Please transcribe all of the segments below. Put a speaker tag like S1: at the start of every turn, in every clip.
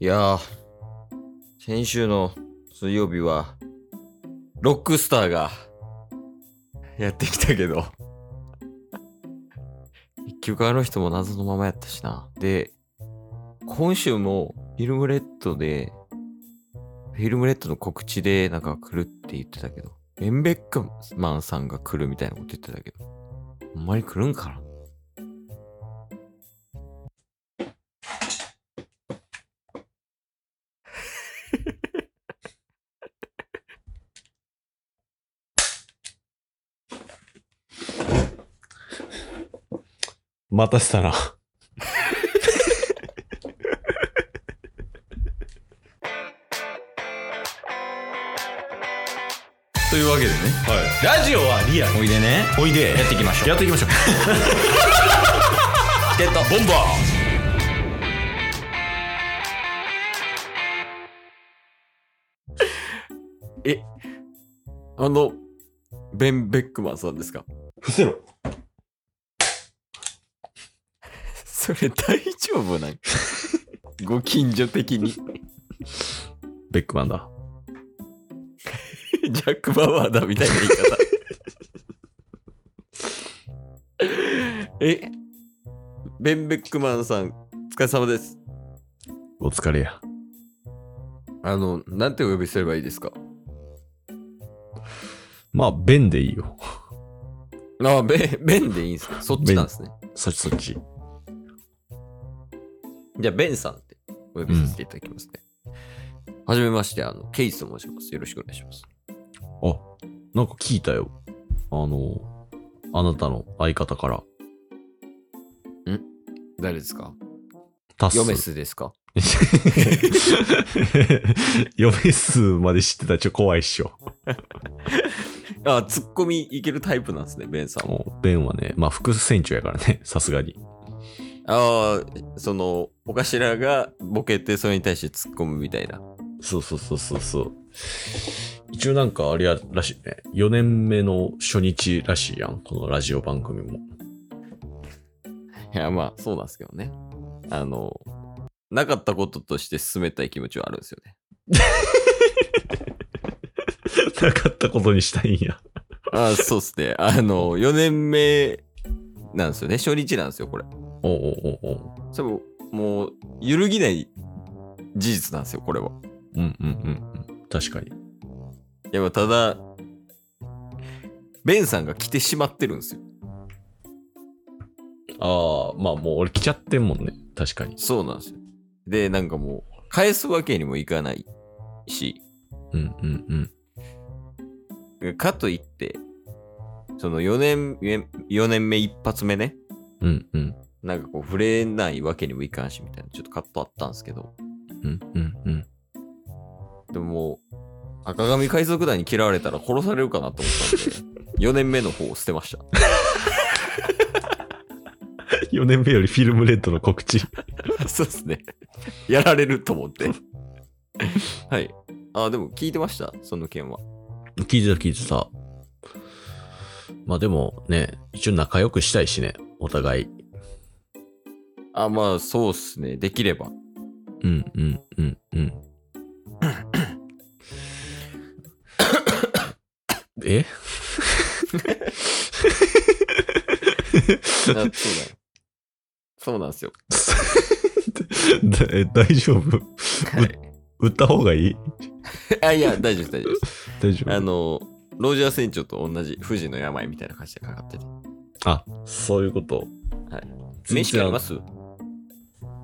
S1: いやー、先週の水曜日は、ロックスターが、やってきたけど、結局あの人も謎のままやったしな。で、今週も、フィルムレッドで、フィルムレッドの告知で、なんか来るって言ってたけど、ベンベックマンさんが来るみたいなこと言ってたけど、ほんまに来るんかな
S2: 待たせた な。
S1: というわけでね、
S2: ラジオはリアル。
S1: おいでね、
S2: おいで。
S1: やっていきましょう。
S2: やっていきましょう。
S1: ゲットボンバーえ、あの、ベン・ベックマンさんですか
S2: 伏せろ。
S1: それ大丈夫なんご近所的に。ジ
S2: ベックマンだ。
S1: ャック・バワーだみたいな言い方。 え、ベン・ベックマンさん、お疲れ様です。
S2: お疲れや。
S1: あの、なんてお呼びすればいいですか
S2: まあ、ベンでいいよ。
S1: あ、ベン、ベンでいいんですかそっちなんですね。
S2: そっちそっち。
S1: じゃあ、ベンさんってお呼びさせていただきますね。はじめまして、あの、ケイスと申します。よろしくお願いします。
S2: あ、なんか聞いたよ。あの、あなたの相方から。
S1: 誰ですか
S2: タス。
S1: ヨメ。スですか
S2: 嫁数まで知ってたらちょっと怖いっしょ。
S1: あ、ツッコミいけるタイプなんですね、ベンさんも。
S2: もうベンはね、まあ、副船長やからね、 さすがに。
S1: ああ、その、お頭がボケて、それに対してツッコむみたいな。
S2: そうそうそうそうそう。一応なんかあれやらしいね。4年目の初日らしいやん。このラジオ番組も。
S1: いや、まあ、そうなんですけどね。あの、なかったこととして進めたい気持ちはあるんですよね。
S2: なかったことにしたいんや。
S1: あそうっすね。 あの、4年目なんですよね。初日なんですよ、これ。
S2: おうおうおうおう。
S1: それも、もう、揺るぎない事実なんですよ、これは。
S2: うんうんうんうん。確かに。
S1: いや、まあただ、ベンさんが来てしまってるんですよ。
S2: ああ、まあもう俺来ちゃってんもんね。確かに。
S1: そうなんですよ。で、なんかもう、返すわけにもいかないし、
S2: うんうんうん。
S1: かといって、その4年、4年目一発目ね、
S2: うんうん。
S1: なんかこう、触れないわけにもいかんし、みたいな、ちょっとカットあったんですけど、
S2: うんうんうん。
S1: でももう、赤髪海賊団に嫌われたら殺されるかなと思ったんで、4年目の方を捨てました。
S2: 4年目よりフィルムレッドの告知。
S1: そうですね。やられると思って。はい。あ、でも聞いてましたその件は。
S2: 聞いてた聞いてた。まあでもね、一応仲良くしたいしね。お互い。
S1: あ、まあそうっすね。できれば。
S2: うんうんうんうん。え
S1: あ そうだよ。そうなんですよ。
S2: だえ大丈夫
S1: はい。
S2: 売った方がいい
S1: あ、いや、大丈夫です、大丈夫です。
S2: 大丈夫
S1: あの、ロジャー船長と同じ富士の病みたいな感じでかかってて。
S2: あそういうこと。
S1: はい
S2: 全然。
S1: 飯あります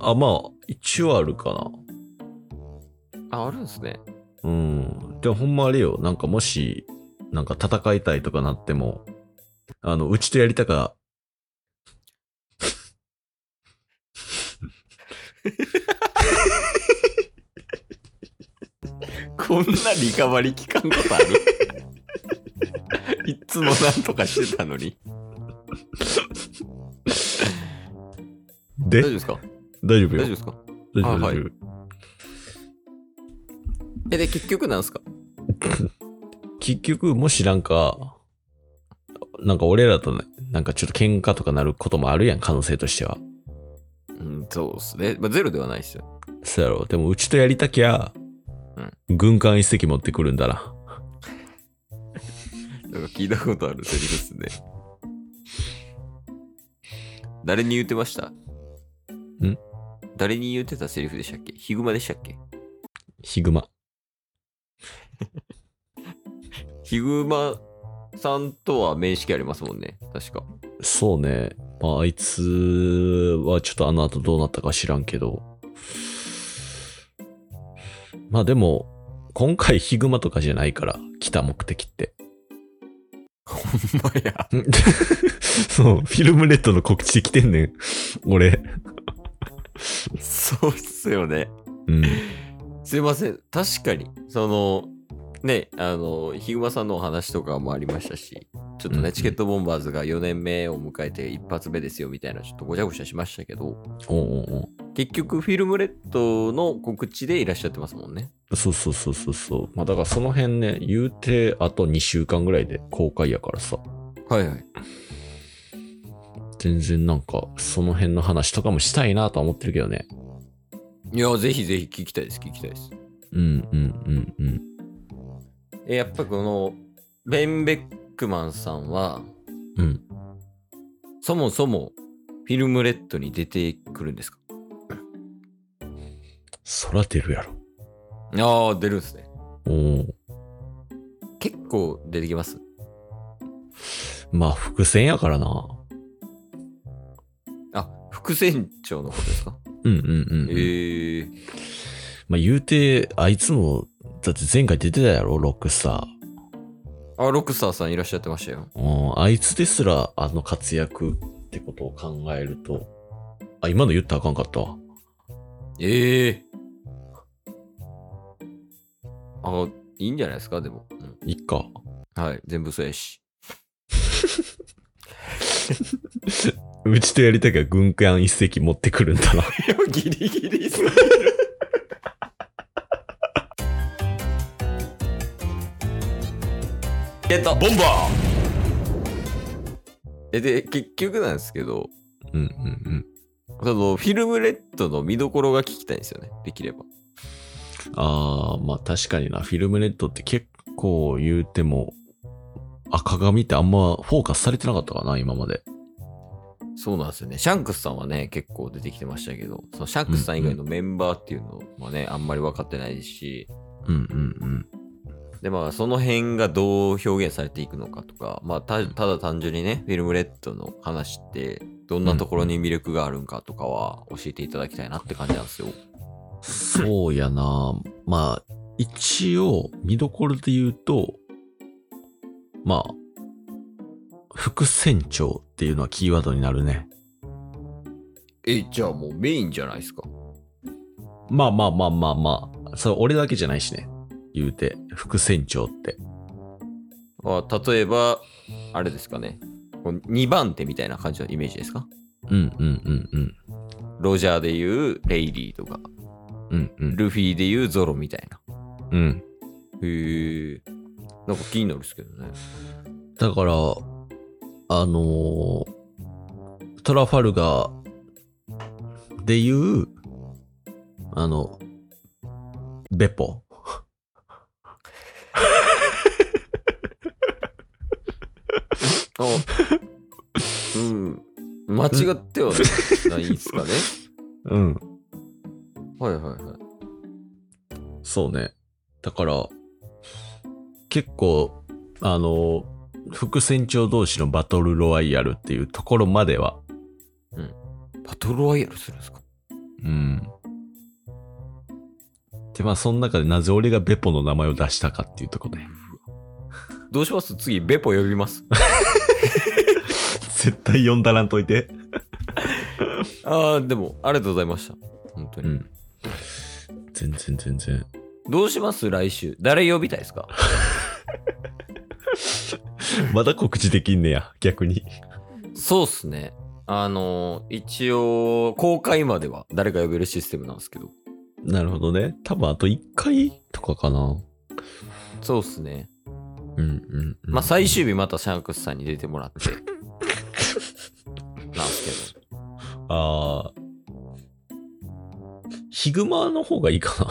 S2: あ、まあ、一応あるかな。
S1: あ、あるんですね。
S2: うん。でもほんまあれよ、なんかもし、なんか戦いたいとかなっても、あの、うちとやりたか、
S1: こんなリカバリー聞かんことある いつもなんとかしてたのに。
S2: で
S1: 大丈夫、ですか
S2: 大丈
S1: 大
S2: 夫よ
S1: 丈夫。ですか
S2: 大
S1: あ
S2: 丈夫、
S1: はい
S2: 大丈
S1: え、で、結局なんすか
S2: 夫。結局、もしなんか、なんか俺らとね、なんかちょっと喧嘩とかなることもあるやん、可能性としては。
S1: うん、そうっすね。まあ、ゼロではないですよ。
S2: そうやろ。でもうちとやりたきゃ、軍艦一隻持ってくるんだな。
S1: なんか聞いたことあるセリフっすね。誰に言ってましたん誰に言ってたセリフでしたっけヒグマでしたっけ
S2: ヒグマ。
S1: ヒグマさんとは面識ありますもんね。確か。
S2: そうね。まあ、あいつはちょっとあの後どうなったか知らんけど。まあでも、今回ヒグマとかじゃないから、来た目的って。
S1: ほん まや。
S2: そう、フィルムレッドの告知来てんねん。俺。
S1: そうっすよね。
S2: うん。
S1: すいません。確かに、その、ね、あの、ヒグマさんのお話とかもありましたし、ちょっとね、
S2: うんうん
S1: チケットボンバーズが4年目を迎えて一発目ですよみたいな、ちょっとごちゃごちゃしましたけど、
S2: おうおうおう
S1: 結局、フィルムレッドの告知でいらっしゃってますもんね。
S2: そうそうそうそうそう。まあだからその辺ね、言うてあと2週間ぐらいで公開やからさ。
S1: はいはい。
S2: 全然なんか、その辺の話とかもしたいなとは思ってるけどね。
S1: いや、ぜひぜひ聞きたいです、聞きたいです。
S2: うんうんうんうん。
S1: えやっぱこの、ベン・ベックマンさんは、
S2: うん。
S1: そもそも、フィルムレッドに出てくるんですか
S2: そら出るや
S1: あ
S2: ろ。
S1: あ、出るんですね。
S2: おおう。
S1: 結構出てきます。
S2: まあ伏線やからな。
S1: あ、副船長のことですか
S2: うんうんうんうん。
S1: ええ
S2: まあ言うて、あいつも、だって前回出てたやろ、ロックスター。
S1: あ、ロックスターさんいらっしゃってましたよ。
S2: うん、あいつですらあの活躍ってことを考えると、あ、今の言ったらあかんかったわ。
S1: ええあ、いいんじゃないですか、でも。うん
S2: いっか。
S1: はい、全部そうやし。
S2: うちとやりたきゃ軍艦一隻持ってくるんだな。
S1: いや、ギリギリすえっと、
S2: ボンバ
S1: えで、結局なんですけど、
S2: ーうんうん
S1: その、フィルムレッドの見どころが聞きたいんですよね、できれば。
S2: うん。あー、まあ確かにな、フィルムレッドって結構言うても、赤髪ってあんまフォーカスされてなかったかな、今まで。
S1: そうなんですよね。シャンクスさんはね、結構出てきてましたけど、そのシャンクスさん以外のメンバーっていうのはね、あんまり分かってないし、
S2: うんうん
S1: で、まあ、その辺がどう表現されていくのかとか、まあ、たただ単純にね、フィルムレッドの話って、どんなところに魅力があるんかとかは教えていただきたいなって感じなんですよ。
S2: うん。そうやな。まあ、一応、見どころで言うと、まあ、副船長っていうのはキーワードになるね。
S1: え、じゃあもうメインじゃないですか。
S2: まあまあまあまあまあ。それ俺だけじゃないしね。言うて。副船長って。
S1: まあ、例えば、あれですかね、2番手みたいな感じのイメージですか
S2: うんうんうんうん。
S1: ロジャーでいうレイリーとか、
S2: うんうん。
S1: ルフィでいうゾロみたいな。
S2: うん。
S1: へえ。なんか気になるっすけどね。
S2: だから、あのートラファルガーで言う、あの、ベポ。
S1: あうん。間違ってはないですかね。
S2: うん。
S1: はいはいはい。
S2: そうね。だから、結構、あのー副船長同士のバトルロワイヤルっていうところまでは、
S1: バトルロイヤルするんですか
S2: うん。で、まあ、その中でなぜ俺がベポの名前を出したかっていうとこね。
S1: どうします次、ベポ呼びます。
S2: 絶対呼んだらんといて。
S1: ああ、でも、ありがとうございました。本当
S2: う
S1: に。
S2: ん。全然全然。
S1: どうします来週。誰呼びたいですか
S2: まだ告知できんねや、逆に。
S1: そうっすね。あのー一応、公開までは誰か呼べるシステムなんですけど。
S2: なるほどね。多分あと1回とかかな。
S1: そうっすね。
S2: うんうん、うん
S1: まあ、最終日またシャンクスさんに出てもらって。なんですけど。
S2: ああ。
S3: ヒグマの方がいいかな。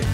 S2: す